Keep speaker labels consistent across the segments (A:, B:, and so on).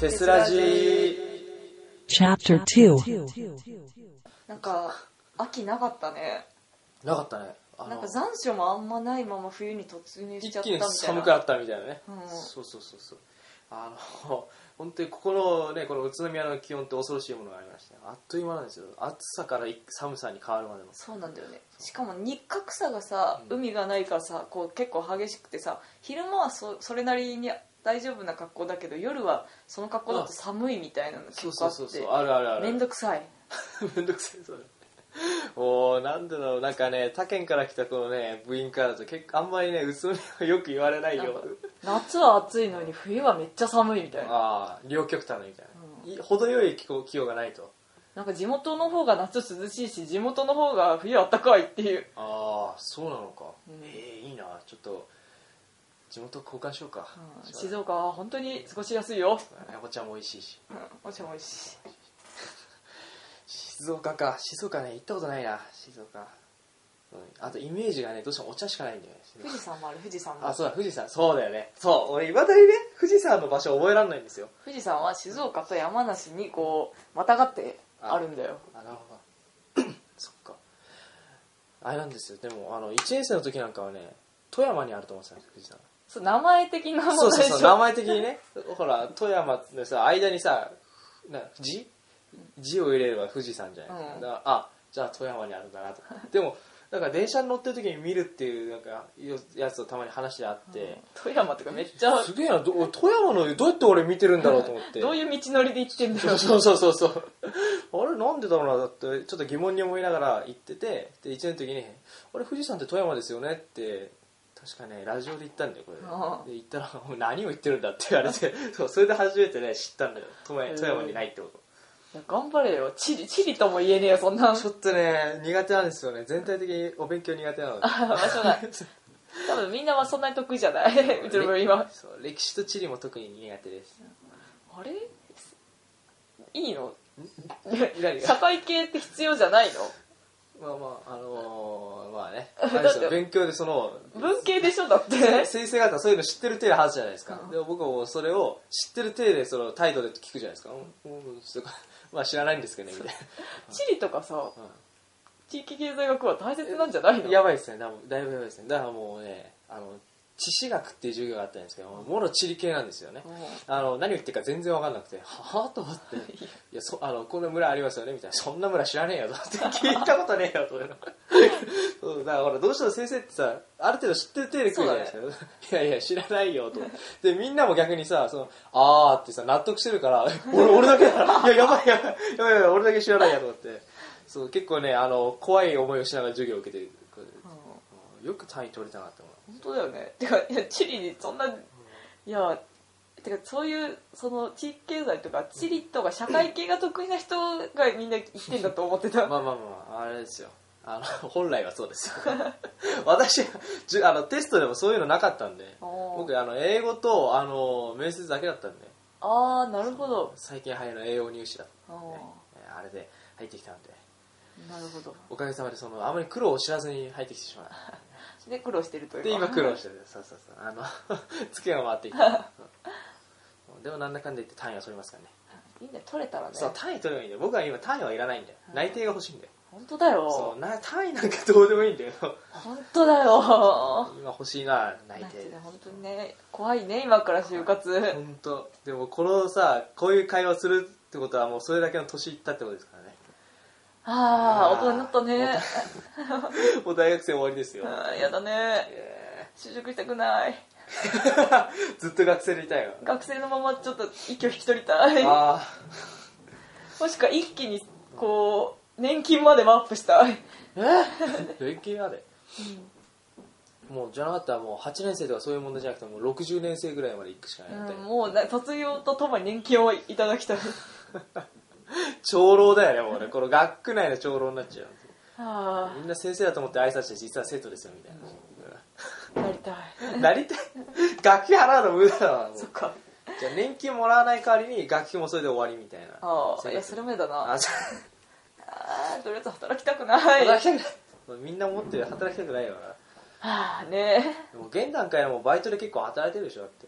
A: テスラジー
B: Chapter 2.
C: なんか秋なかったね
A: なかったねあ
C: なん
A: の
C: か残暑もあんまないまま冬に突入しち
A: 一
C: ゃった
A: 気
C: み
A: に
C: たいな
A: 寒くなったみたいなね、
C: うん
A: そうそうそうそうあの 本当にここのねこの宇都宮の気温って恐ろしいものがありましてあっという間なんですよ暑さから一寒さに変わるまでの
C: そうなんだよねしかも日角さがさ海がないからさこう結構激しくてさ昼間はそそれなりに大丈夫な格好だけど夜はその格好だと寒いみたいなの結
A: そう
C: 構
A: そ
C: あ
A: う
C: っ
A: そ
C: て
A: うそうあるあるある
C: めんどくさい
A: めんどくさいそれおおなんでだろうなんかね他県から来たこのね部員からだと結構あんまりね宇都宮はよく言われない
C: なん
A: よ
C: か夏は暑いのに冬はめっちゃ寒いみたいな
A: ああ両極端のみたいな、い程よい気候気温がないと
C: なんか地元の方が夏涼しいし地元の方が冬あったかいっていう
A: ああそうなのか、
C: うん
A: ええいいなちょっと地元交換しようか、
C: うん静岡は本当に過ごしやすいよ、
A: お茶も美味しいし
C: うん、お茶も美味しい
A: 静岡か静岡ね行ったことないな静岡、うん、あとイメージがねどうしてもお茶しかないんだよね
C: 富士山もある富士山も
A: あそうだ富士山そうだよねそう俺いまだにね富士山の場所覚えらんないんですよ
C: 富士山は静岡と山梨にこうまたがってあるんだよ
A: あなるほど そっかあれなんですよでもあの1年生の時なんかはね富山にあると思ってたんですよ富士山
C: そう名前的なも
A: そ
C: の
A: う
C: で
A: そうそ
C: し
A: う、名
C: ょ
A: 前的にね、ほら、富山のさ、間にさ、な字字を入れれば富士山じゃないですか。
C: うん
A: だからあ、じゃあ富山にあるんだなと。でも、なんか電車に乗ってる時に見るっていう、なんか、やつをたまに話であって、
C: 富山とかめっちゃ
A: すげえな、ど富山のどうやって俺見てるんだろうと思って。
C: どういう道のりで行ってんだ
A: そ
C: よ
A: うそうそうそうそうあれなんでだろうなだってちょっと疑問に思いながら行っててで1年の時に「あれ富士山って富山ですよね」って確かねラジオで言ったんだよこれ
C: ああ
A: で行ったら「お前何を言ってるんだ」って言われてそうそれで初めてね知ったんだよ富
C: へ
A: 山
C: え
A: 富山にないってこと
C: いや頑張れよチリチリとも言えねえよそんな
A: ちょっとね苦手なんですよね全体的にお勉強苦手なので
C: 場所ない多分みんなはそんなに得意じゃないうちの部員 は
A: そう歴史と地理も特に苦手です
C: あれいいの
A: 何が
C: 社会系って必要じゃないの
A: まあまああのー、まあ ね
C: だって
A: あれですよ勉強でその
C: 文系でしょだって
A: 先生方はそういうの知ってる体で話すじゃないですか、
C: うん
A: でも僕はもうそれを知ってる体でその態度で聞くじゃないですか、うんうんちょっとまあ知らないんですけどねみたい
C: 地理とかさ
A: な、
C: 地域経済学は大切なんじゃない
A: うん
C: の
A: やばいですねだだいぶやばいですねだからもうねあの地史学っていう授業があったんですけどもろ地理系なんですよね、
C: うん
A: あの何を言ってるか全然分かんなくては ぁと思って「いやそあのこんな村ありますよね」みたいな「そんな村知らねえよ」と思って聞いたことねえよというの そうだからほらどうしても先生ってさある程度知ってる程度来るじゃないですか、 いやいや知らないよとでみんなも逆にさ「そのあー」ってさ納得してる から「俺俺だけだないややばいやばいやばいやばい俺だけ知らないや」と思ってそう結構ねあの怖い思いをしながら授業を受けてる
C: うん
A: よく単位取れたなって思う
C: 本当だよねてかいやチリにそんないやてかそういうその地域経済とか地理とか社会系が得意な人がみんな言ってんだと思ってた、
A: まあまあまあ、あれですよ。あの、本来はそうです よ。私、じゅあの、テストでもそういうのなかったんで、
C: おー
A: 僕、あの、英語と、あの、面接だけだったんで、
C: ああなるほど
A: 最近入るの栄養入試だったんでね、
C: あ
A: えーあれで入ってきたんで、
C: なるほど
A: おかげさまで、その、あまり苦労を知らずに入ってきてしま う。
C: で苦労してるというか
A: で、今苦労してる。そうそうそう。あの、 月が回ってきた。そうでも、なんだかんだ言って単位は取りますからね。
C: いいね取れたらね
A: そう、単位取ればいいんだよ。僕は今、単位はいらないんだよ。内定が欲しいんだよ。
C: 本当だ
A: そ
C: よ
A: う、な単位なんかどうでもいいんだよ。
C: 本当だよ
A: 今欲しいな内
C: なんて
A: 定
C: ね本当にね怖いね今から就 活
A: 本当でもこのさこういう会話をするってことはもうそれだけの年いったってことですからね
C: ああ
A: あー
C: 大人になったね
A: もう大学生終わりですよ
C: あーやだね
A: え
C: 就職したくない
A: ーずっと学生でいたいわ
C: 学生のままちょっと息を引き取りたい
A: ああ
C: もしくは一気にこう年金までもアップしたい
A: え年金までもうじゃなかったらもう8年生とかそういう問題じゃなくてもう60年生ぐらいまで行くしかないみたい
C: うん
A: な
C: もうな卒業とともに年金をいただきたい
A: 長老だよねもうねこの学区内の長老になっちゃう
C: は
A: みんな先生だと思って挨拶して実は生徒ですよみたい
C: あやりたい
A: ななりたい 学費払うの無駄だわもう
C: そっか
A: じゃあ年金もらわない代わりに学費もそれで終わりみたいな
C: あ
A: 生
C: あ
A: 活
C: いやそれまでだな
A: あそう
C: あーとりあえず働きたくない
A: 働
C: は
A: きたくないも うみんな持ってる働きたくないよな
C: あね
A: でも現段階はもうバイトで結構働いてるでしょだって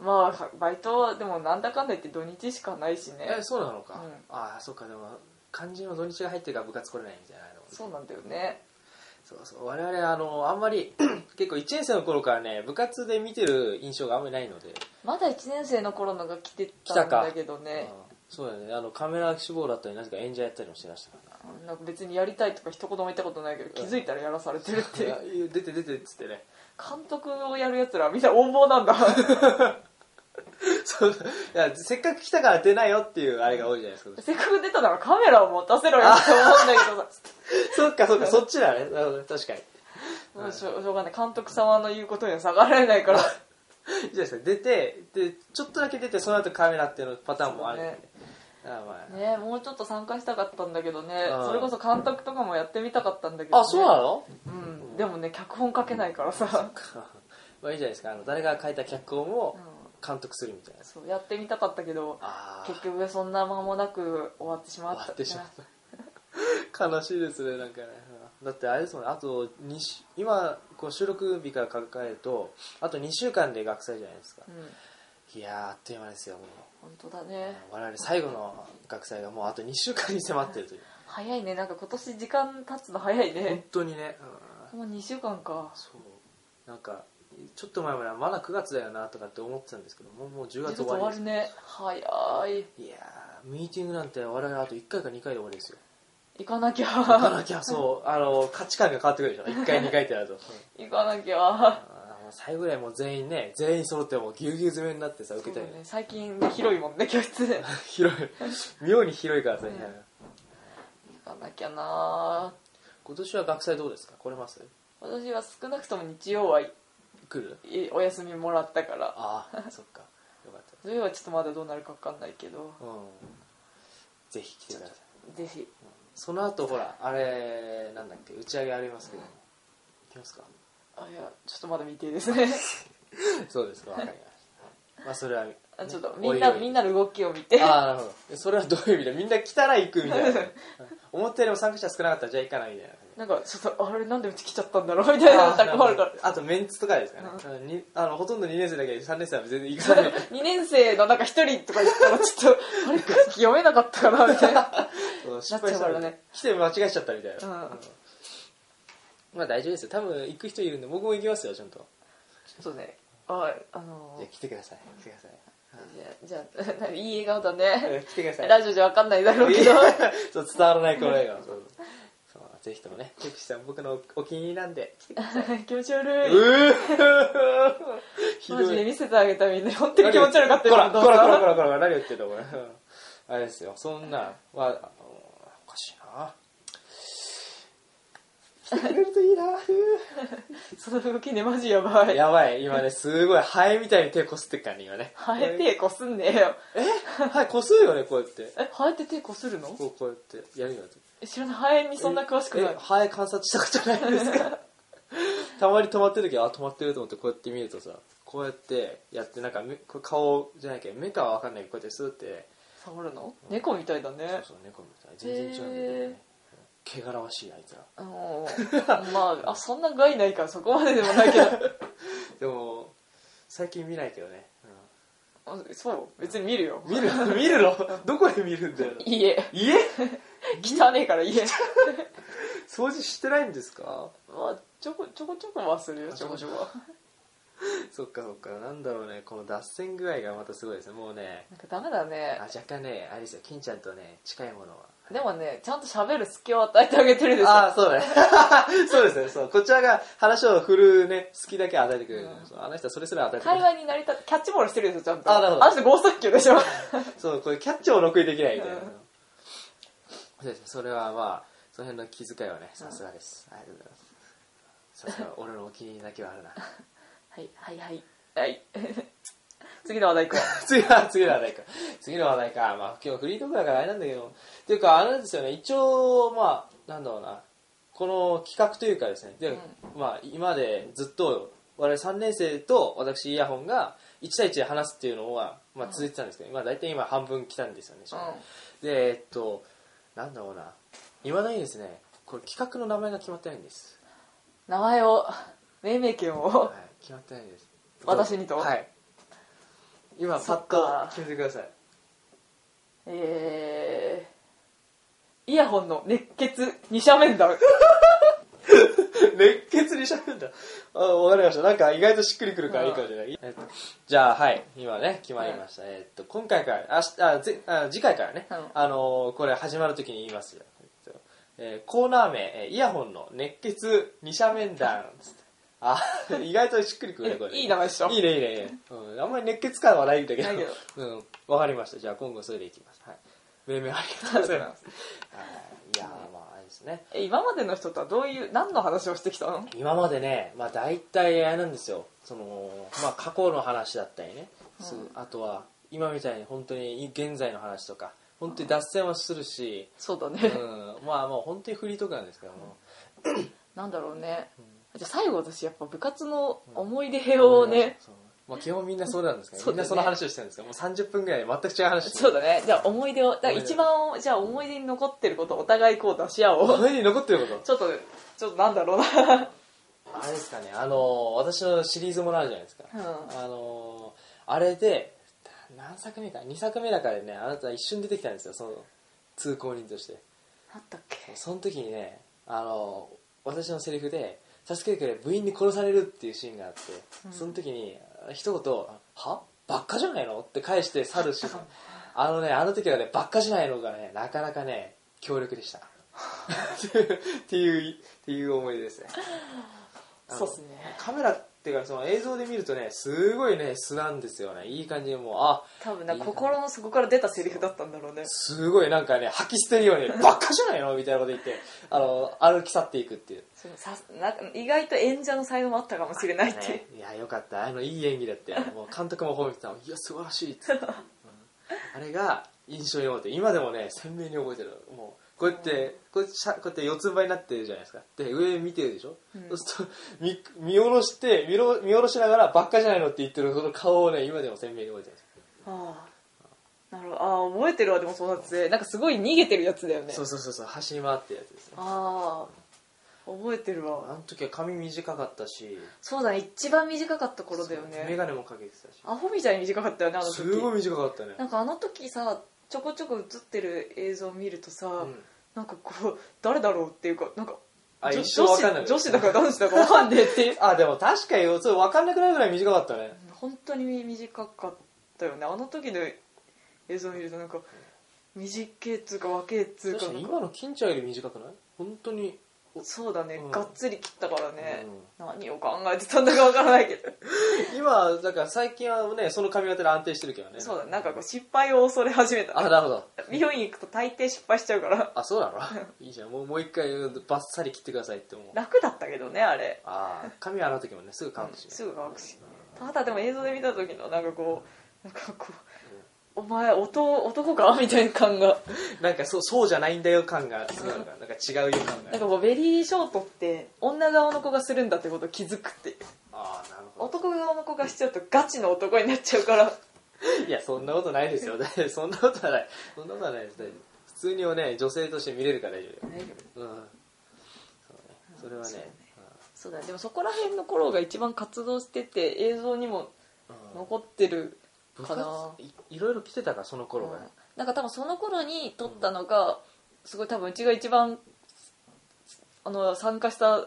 C: まあはバイトでもなんだかんだ言って土日しかないしね
A: えそうなのか、
C: うん
A: ああそっかでも肝心の土日が入ってるから部活来れないみたいなのも
C: そうなんだよね
A: そうそう我々あのあんまり 結構1年生の頃からね部活で見てる印象があんまりないので、
C: まだ1年生の頃のが来て
A: 来
C: た
A: た
C: ん
A: か
C: だけどね
A: うんそうだねあのカメラ志望だったりなぜか演者やったりもしてましたから
C: なんか別にやりたいとか一言も言ったことないけど気づいたらやらされてるって
A: いやいや出て出てっつって ね
C: 監督をやるやつらみんな横暴 なんだ
A: そういやせっかく来たから出ないよっていうあれが多いじゃないですか
C: せっかく出たならカメラを持たせろよって思うんだけどさ
A: そっかそっかそっちだねなるほど確かに
C: もうしょしょうがない監督様の言うことには下がられないから
A: いいじゃないですか出てでちょっとだけ出てその後カメラっていうのパターンもあるんで、
C: そう
A: あまあ
C: ねもうちょっと参加したかったんだけどね
A: うん
C: それこそ監督とかもやってみたかったんだけど、ね、
A: あそうなの
C: うんでもね脚本書けないからさ、
A: まあいいじゃないですかあの誰が書いた脚本を
C: うん、
A: 監督するみたいな
C: そうやってみたかったけど
A: ああ
C: 結局そんな間もなく終わってしまった
A: 終わってしまった悲しいですねなんかねだってあれですもんねあと二週今こう収録日から考えるとあと2週間で学祭じゃないですか
C: うん
A: いやーあっという間ですよもう
C: 本当だね
A: 我々最後の学祭がもうあと2週間に迫ってるという
C: 早いねなんか今年時間経つの早い
A: 本
C: ね
A: 当にね、うん
C: もう2週間か
A: そうなんかちょっと前まではまだ9月だよなとかって思ってたんですけどもうもう10
C: 10
A: 月
C: 月
A: 終
C: 終
A: わり
C: わ
A: です
C: るね早い
A: いやーミーティングなんて我々あと1回か2回で終わりですよ
C: 行かなきゃ
A: 行かなきゃ そうあの価値観が変わってくるでしょ1回2回ってなると、うん
C: 行かなきゃ
A: あーもう最後ぐらいもう全員ね全員揃ってもうぎゅうぎゅう詰めになってさ受けたい
C: そう
A: よ
C: だね
A: ね、
C: 最近ね広いもんね教室行
A: 広 い妙に広いからさ、
C: うんかなきゃな
A: 今年は学祭どうですか来れます
C: 私は少なくとも日曜はい
A: 来る
C: いお休みもらったから
A: ああそっかよかった
C: 土曜はちょっとまだどうなるか分かんないけど
A: うんぜひ来てください
C: ぜひ
A: その後ほらあれなんだっけ打ち上げありますけど行きますか
C: あいやちょっとまだ未定で すね
A: そうですかわかりましたまあそれは
C: あちょっと
A: ね
C: みんな
A: おいおい
C: みんなの動きを見て
A: ああなるほどそれはどういう意味でみんな来たら行くみたいな 思ったよりも参加者少なかったらじゃあ行かないみたいな
C: なんかちょっとあれなんでうち来ちゃったんだろうみたいなのた くあるから
A: あとメンツとかですかね、にあのほとんど2年生だけど3年生は全然行 かない
C: 2年生のなんか1人とか言ったらちょ っとあれ空気読めなかったかなみたいな
A: うん
C: ちゃうからね
A: 来て間違えちゃったみたいな、
C: うん
A: まあ大丈夫ですよ多分行く人いるんで僕も行きますよちゃんと
C: ちょっとねああの
A: じゃあ来てください来てください
C: じゃあじゃあ いい笑顔だね
A: えー来てくだ さい
C: ラジオじゃ分かんないだろうけど
A: そう伝わらないこの笑顔そうそうぜひともねペプシさん僕のお気に入りなんで来てください
C: 気持ち
A: う
C: 悪い
A: ーひ
C: マジ
A: ど
C: で
A: い
C: 見せてあげたみんな本当に気持ち悪かったよ
A: こら
C: どう
A: こら
C: ぞ
A: こらこらこら何言ってんだお前あれですよそんなまああのおかしいな来てくれるといいな
C: その動きねマジやばい
A: やばい、今ね、すごい、ハエみたいに手こすってっからね、今ね。
C: 生えてこすんねえよ
A: ハエこするよね、こうやって。
C: え生えて手こするの
A: こうこうやって、やるよって。
C: え知らない生えにそんな詳しくな
A: え
C: い
A: ハエ観察したことないです かたまに止まってる時あ、止まってると思って、こうやって見るとさ、こうやってやって、なんかめ、これ顔じゃないけど、目かはわかんないけど、こうやってスーって、
C: 触るの猫みたいだね
A: そうそう、猫みたい。全然違うんだけどね。汚らわしい、あいつら。
C: あのまああそんな害ないからそこまででもないけど
A: でも、最近見ないけどね。う
C: あそう別に見るよ
A: ん見る見るのどこで見るんだよ。
C: いいえ
A: 家
C: 汚ねえからいいえ
A: 掃除してないんですか
C: まあちょこちょこちょこはするよちょこちょこは
A: そっかそっかなんだろうねこの脱線具合がまたすごいですねもうね
C: なんかダメだ
A: あ
C: ね
A: 若干ねあれですよ金ちゃんとね近いものは
C: でもねちゃんと喋る隙を与えてあげてるでしょ
A: ああそうだねそうですね そうこちらが話を振るね好きだけ与えてくれる、
C: うん
A: そうあの人はそれすら与えてくれ
C: 会
A: る
C: 話になりたキャッチボールしてるでしょちゃんと
A: あなるほど
C: あの人剛速球でしょ
A: そうこれキャッチもろくにできないみたいな、
C: うん
A: そうですねそれはまあその辺の気遣いはねさすがです、ありがとうございますさすが俺のお気に入りだけはあるな
C: はいはいはいはい 次の話題いこう
A: 次は次の話題か次の話題かまあ今日フリートークだからあれなんだけどっていうかあれなんですよね一応まあなんだろうなこの企画というかですねで、
C: うん
A: まあ今までずっと我々3年生と私イヤホンが1対1で話すっていうのは、まあ、続いてたんですけど、まあ大体今半分来たんですよね、でえっとなんだろうないまだにですねこれ企画の名前が決まってないんです、
C: 名前を命名権
A: は
C: を
A: い、決まってないです
C: 私にと
A: はい今パ
C: そ
A: ッ
C: っか
A: と決めてください
C: えー、イヤホンの熱血二者面談
A: 熱血にしゃべるんだあわかりましたなんか意外としっくりくるからいいかもしれない、えっと、じゃあはい今ね決まりました、えっと今回からあしあぜあ次回からね、
C: うん
A: あのーこれ始まる時に言いますよ、えっとえーコーナー名えーイヤホンの熱血二者面談つって あ意外としっくりくるねこれ
C: いい名前でしょ
A: いいねいいねいいね、うん、あんまり熱血感はないんだけど
C: ないけど
A: うん、わかりましたじゃあ今後それでいきますはいめいめいありがとうございますはいいやーまああれですね
C: え今までの人とはどういう何の話をしてきたの
A: 今までね、まあ、大体あれなんですよその、まあ、過去の話だったりね、そうあとは今みたいに本当に現在の話とか本当に脱線はするし、
C: そうだ
A: う
C: ね、
A: ん、まあもう本当にフリートークなんですけども、
C: なんだろうね
A: うん
C: じゃあ最後私やっぱ部活の思い出をね、
A: そうまあ、基本みんなそうなんですけど、
C: そう
A: みん
C: だ
A: な
C: ね
A: その話をしてるんですけどもう30分ぐらいで全く違う話して
C: そうだねじゃあ思い出をだから一番じゃあ思い出に残ってることをお互いこう出し合おう
A: 思い出に残ってること
C: ちょっとちょっとなんだろうな
A: あれですかねあの私のシリーズものあるじゃないですか、
C: うん
A: あのあれで何作目か2作目だからねあなた一瞬出てきたんですよその通行人として
C: あったっけ
A: その時にねあの私のセリフで「助けてくれ部員に殺される」っていうシーンがあって、
C: ん
A: その時に一言「はばっかじゃないの?」って返して去るシ ーンあのねあの時はね「ばっかじゃないの?」がねなかなかね強力で したっていうっていう思い出ですねあの
C: そうっすね
A: カメラっていうかその映像で見るとねすごいね素なんですよねいい感じでもうあ
C: 多分な心の底から出たセリフだったんだろうね
A: すごいなんかね吐き捨てるように「ばっかじゃないの?」みたいなこと言ってあの歩き去っていくっていう
C: そのさなんか意外と演者の才能もあったかもしれないって、
A: ねいやよかったあのいい演技だってもう監督も褒めてたのいや素晴らしいって、 うんあれが印象に残って今でもね鮮明に覚えてるもうこうやってこうやってしゃこうやって四つん這いになってるじゃないですかで上見てるでしょ、
C: うん
A: そうすると見見下ろして見ろ見下ろしながらばっかじゃないのって言ってるその顔をね今でも鮮明に覚えてる
C: ああなるほどああ覚えてるわでもそうだってなんかすごい逃げてるやつだよね
A: そうそうそうそう走り回ってるやつですね
C: ああ覚えてる
A: あ
C: わ
A: の時は髪短かったし
C: そうだね一番短かった頃だよ
A: 眼
C: ね
A: 鏡もかけてたし
C: アホみたいに短かったよねあの時
A: すごい短かったね
C: なんかあの時さちょこちょこ映ってる映像を見るとさ、
A: うん
C: なんかこう誰だろうっていうかなんか
A: あ
C: 女
A: 一生わかんなくなる
C: 女子女子だか男子だかわかんねえっていう
A: あでも確かにそれ分かんなくなるぐらい短かったね
C: 本当に短かったよねあの時の映像を見るとなんか短いっつうか若いっつうか
A: 確か
C: な
A: に
C: んか
A: 今の金ちゃんより短くない本当に
C: そうだね、
A: うん
C: がっつり切ったからね、何を考えてたんだかわからないけど、
A: 今だから最近はねその髪型で安定してるけどね
C: そうだなんかこう失敗を恐れ始めた
A: あなるほど
C: 美容院行くと大抵失敗しちゃうから
A: あそうなの いいじゃんもうもう一回バッサリ切ってくださいって思う
C: 楽だったけどねあれ
A: ああ髪洗う時もねすぐ乾くしね、
C: すぐ乾くしただでも映像で見た時のなんかこうなんかこう、お前男男かみたいな感が
A: なんかそうそうじゃないんだよ感がすごいあるからなんか違うよ感が
C: なんかこうベリーショートって女顔の子がするんだってことを気づくっていう
A: ああなるほど
C: 男顔の子がしちゃうとガチの男になっちゃうから
A: いやそんなことないです よそんなことはないそんなことはないです大丈夫普通にね女性として見れるから大丈夫ようんそうねそれは
C: そうね
A: ね
C: そうだねでもそこら辺の頃が一番活動してて映像にも
A: うん
C: 残ってる
A: 部
C: か
A: 活
C: ない
A: いろいろ来てたからその頃が
C: うんなんか多分その頃に撮ったのがすごい多分うちが一番あの参加した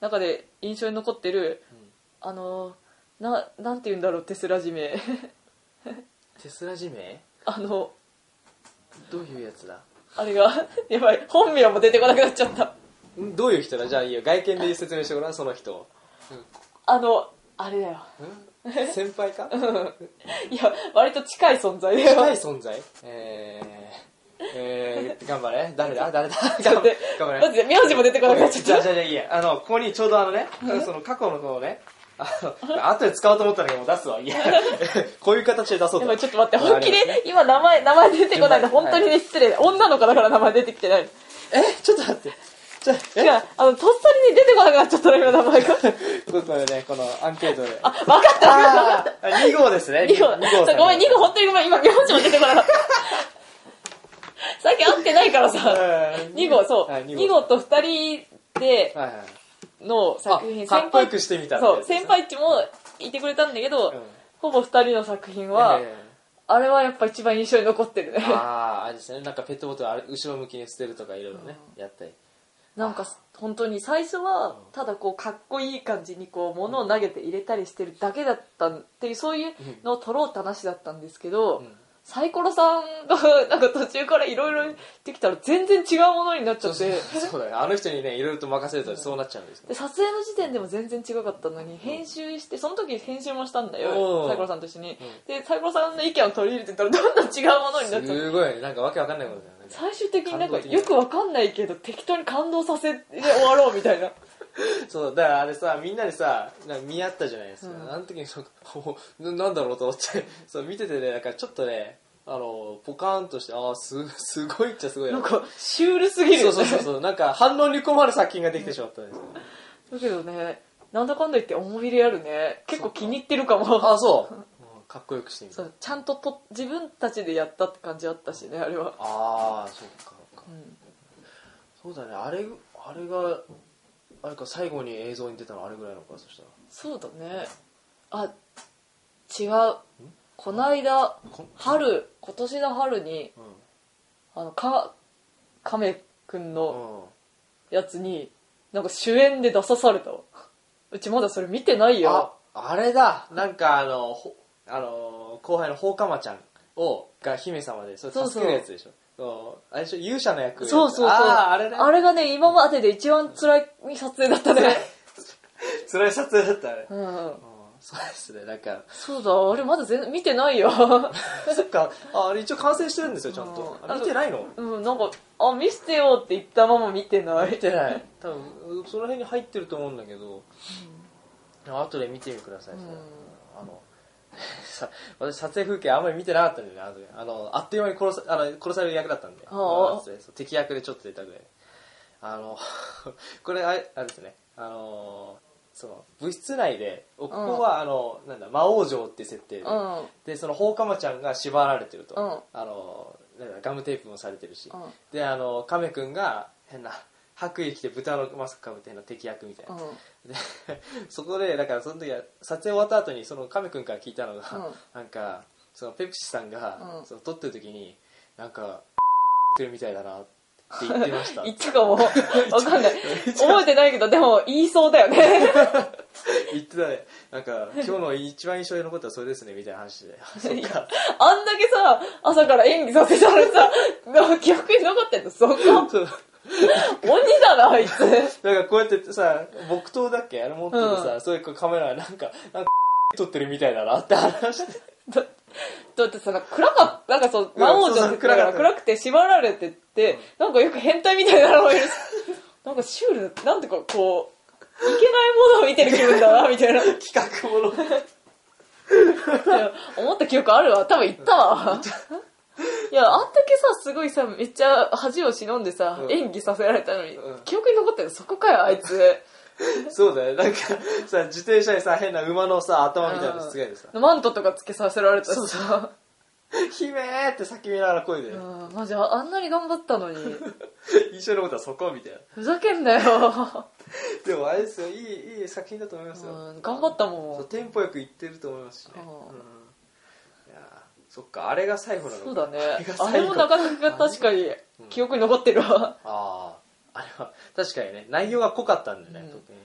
C: 中で印象に残ってる
A: うんうん
C: あのななんて言うんだろうテスラジめ
A: テスラジめ
C: あの
A: どういうやつだ
C: あれが やばい本名も出てこなくなっちゃった
A: んどういう人だじゃあいいよ外見で説明してごらんその人を
C: あのあれだよ
A: ん先輩か
C: いや割と近い存在だ
A: 近い
C: よ
A: 存在えー、えー、頑張れ誰だ誰だ
C: ちょ
A: 頑張
C: っと待
A: れ
C: って
A: 頑張
C: マ
A: れ
C: ジで名字も出てこなくなっち
A: じゃ
C: ゃ
A: あ
C: っ
A: じゃあじゃあいいやあのここにちょうどあのねその過去のこのねあの後で使おうと思ったんだけどもう出すわい やこういう形で出そ
C: た
A: うと
C: やばいちょっと待って
A: わか
C: 本
A: り
C: 気
A: ま
C: で
A: した
C: 今名前名前出てこないの
A: 順番
C: 本当にね失礼だ女の子だから名前出てきてない
A: えちょっと待ってじゃあ
C: 違うあのとっさにね出てこなくなっちゃったの今名前が
A: えこれねこのアンケートで
C: あ分かった分かった
A: あー2号ですね
C: 二号
A: さ
C: そうごめん2号本当にごめん今名字も出てこなかったさっき会ってないからさ2号そう、
A: はい
C: 2号と2人で
A: はいはい
C: の作品
A: あかっこよくしてみたってや
C: そう
A: つですね
C: 先輩っちもいてくれたんだけ
A: う
C: ど、
A: ん
C: ほぼ2人の作品は、
A: ええ
C: あれはやっぱ一番印象に残ってるね
A: あああれですねなんかペットボトルあれ後ろ向きに捨てるとかいろいろね、やったり
C: なんか本当に最初はただこうかっこいい感じにこう物を投げて入れたりしてるだけだったっていうそういうのを取ろうって話だったんですけど、
A: うん
C: サイコロさんがなんか途中からいろいろできたら全然違うものになっちゃって
A: そう そうだねあの人にねいろいろと任せるとそうなっちゃうんです よ
C: で撮影の時点でも全然違かったのに編集してその時編集もしたんだ
A: う
C: よ
A: ん
C: サイコロさんと一緒にでサイコロさんの意見を取り入れてたらどんどん違うものになっちゃって
A: すごいなんかわけわかんないことだよね
C: 最終的になんか
A: 感動的な
C: よくわかんないけど適当に感動させて終わろうみたいな
A: そうだからあれさみんなでさなんか見合ったじゃないですか、
C: うん
A: あの時 にそうもうななんだろうと思ってそう見ててねなんかちょっとねあのポカーンとしてああす すごいっちゃすごい
C: な
A: なん
C: かシュールすぎる
A: そ
C: よ
A: うそう
C: ね
A: そうそうなんか反応に困る作品ができてしまったんですよ、ね
C: だけどねなんだかんだ言って思い入れあるね結構気に入ってるかも
A: ああそううんかっこよくしてみた
C: そうちゃんとと自分たちでやったって感じあったしねあれは、
A: ああそうかそうか
C: うん
A: そうだねあれあれがあれか最後に映像に出たのあれぐらいなのかそしたら
C: そうだねあ違うこないだ
A: こ
C: 春今年の春に
A: うん
C: あのか亀くんの
A: うん
C: やつになんか主演で出さされたわうちまだそれ見てない
A: あ
C: よ
A: あれだなんかあのほあの後輩のほうかまちゃんをが姫様でそれ
C: そうそ
A: 助
C: う
A: けるやつでしょうんあれでしょ勇者の役
C: そうそうそう
A: あああれね
C: あれがね今までで一番辛い撮影だったね、
A: 辛い撮影だったあれ、うん
C: うん、
A: そうですねなんか
C: そうだあれまだ全然見てないよ
A: そっかああれ一応完成してるんですよちゃんと
C: うん
A: あ見てないの
C: うんなんかあ見せてよって言ったまま見てない
A: 見てない多分その辺に入ってると思うんだけど、後で見てみてください、
C: う
A: それ
C: ん
A: あの さ私撮影風景あんまり見てなかったんだよねあの時あのあっという間に殺さあの殺される役だったんで
C: ああ
A: そう敵役でちょっと出たぐらいあの これあれあれですねあのその部室内でここは、あのなんだ魔王城っていう設定で、
C: うん
A: でその放火魔ちゃんが縛られてると、
C: う
A: あのなんだガムテープもされてるし、
C: うん
A: であの亀くんが変な白衣着て豚のマスクかぶって変な敵役みたいな、
C: うん
A: でそこでだからその時は撮影終わった後にその亀くんから聞いたのが、
C: うん
A: なんかそのペプシさんが、
C: うん
A: その撮ってる時になんかってるみたいだなって言ってました
C: 言った かもわかんない覚えてないけどでも言いそうだよね
A: 言ってたねなんか今日の一番印象に残ったのはそれですねみたいな話でそっか
C: あんだけさ朝から演技させたら さなんか記憶に残ってんのそこ鬼
A: そう
C: だなあいつ
A: なんかこうやってさ木刀だっけあれ持っててさ、
C: うん
A: そういうカメラなんかなんか撮ってるみたいだなって話して
C: だだってさなんか暗かったなんかそう
A: うん
C: 魔王女だ
A: そうそう
C: か
A: 暗からった
C: 暗くて縛られてって、なんかよく変態みたいなの がいるなんかシュールだなんていうかこういけないものを見てる気分だなみたいな
A: 企画もの
C: 思った記憶あるわ多分言ったわいやあんだけさすごいさめっちゃ恥を忍んでさ、
A: うん
C: 演技させられたのに、
A: うん
C: 記憶に残ってるのそこかよあいつ
A: そうだねなんかさ自転車にさ変な馬のさ頭みたいなのつけてさ
C: マントとかつけさせられたしさ
A: 悲鳴って叫びながら声で、
C: うんマジああんなに頑張ったのに
A: 一緒のことはそこみたいな
C: ふざけんなよ
A: でもあれですよいいいい作品だと思いますよ、
C: うん頑張ったもん
A: そうテンポよくいってると思いますしね、
C: うん
A: うんいやーそっかあれが最後なのか
C: そうだね
A: れが最後
C: あれもなかなか確かに記憶に残ってるわ
A: あああれは確かにね内容が濃かったんだよね、
C: うん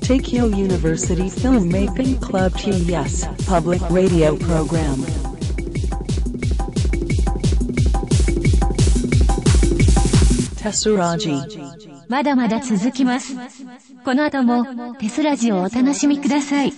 A: 特に、
B: Tokyo University Filmmaking Club TES Public Radio Program. Tesseraji.
D: まだまだ続きます。この後もテスラジをお楽しみください。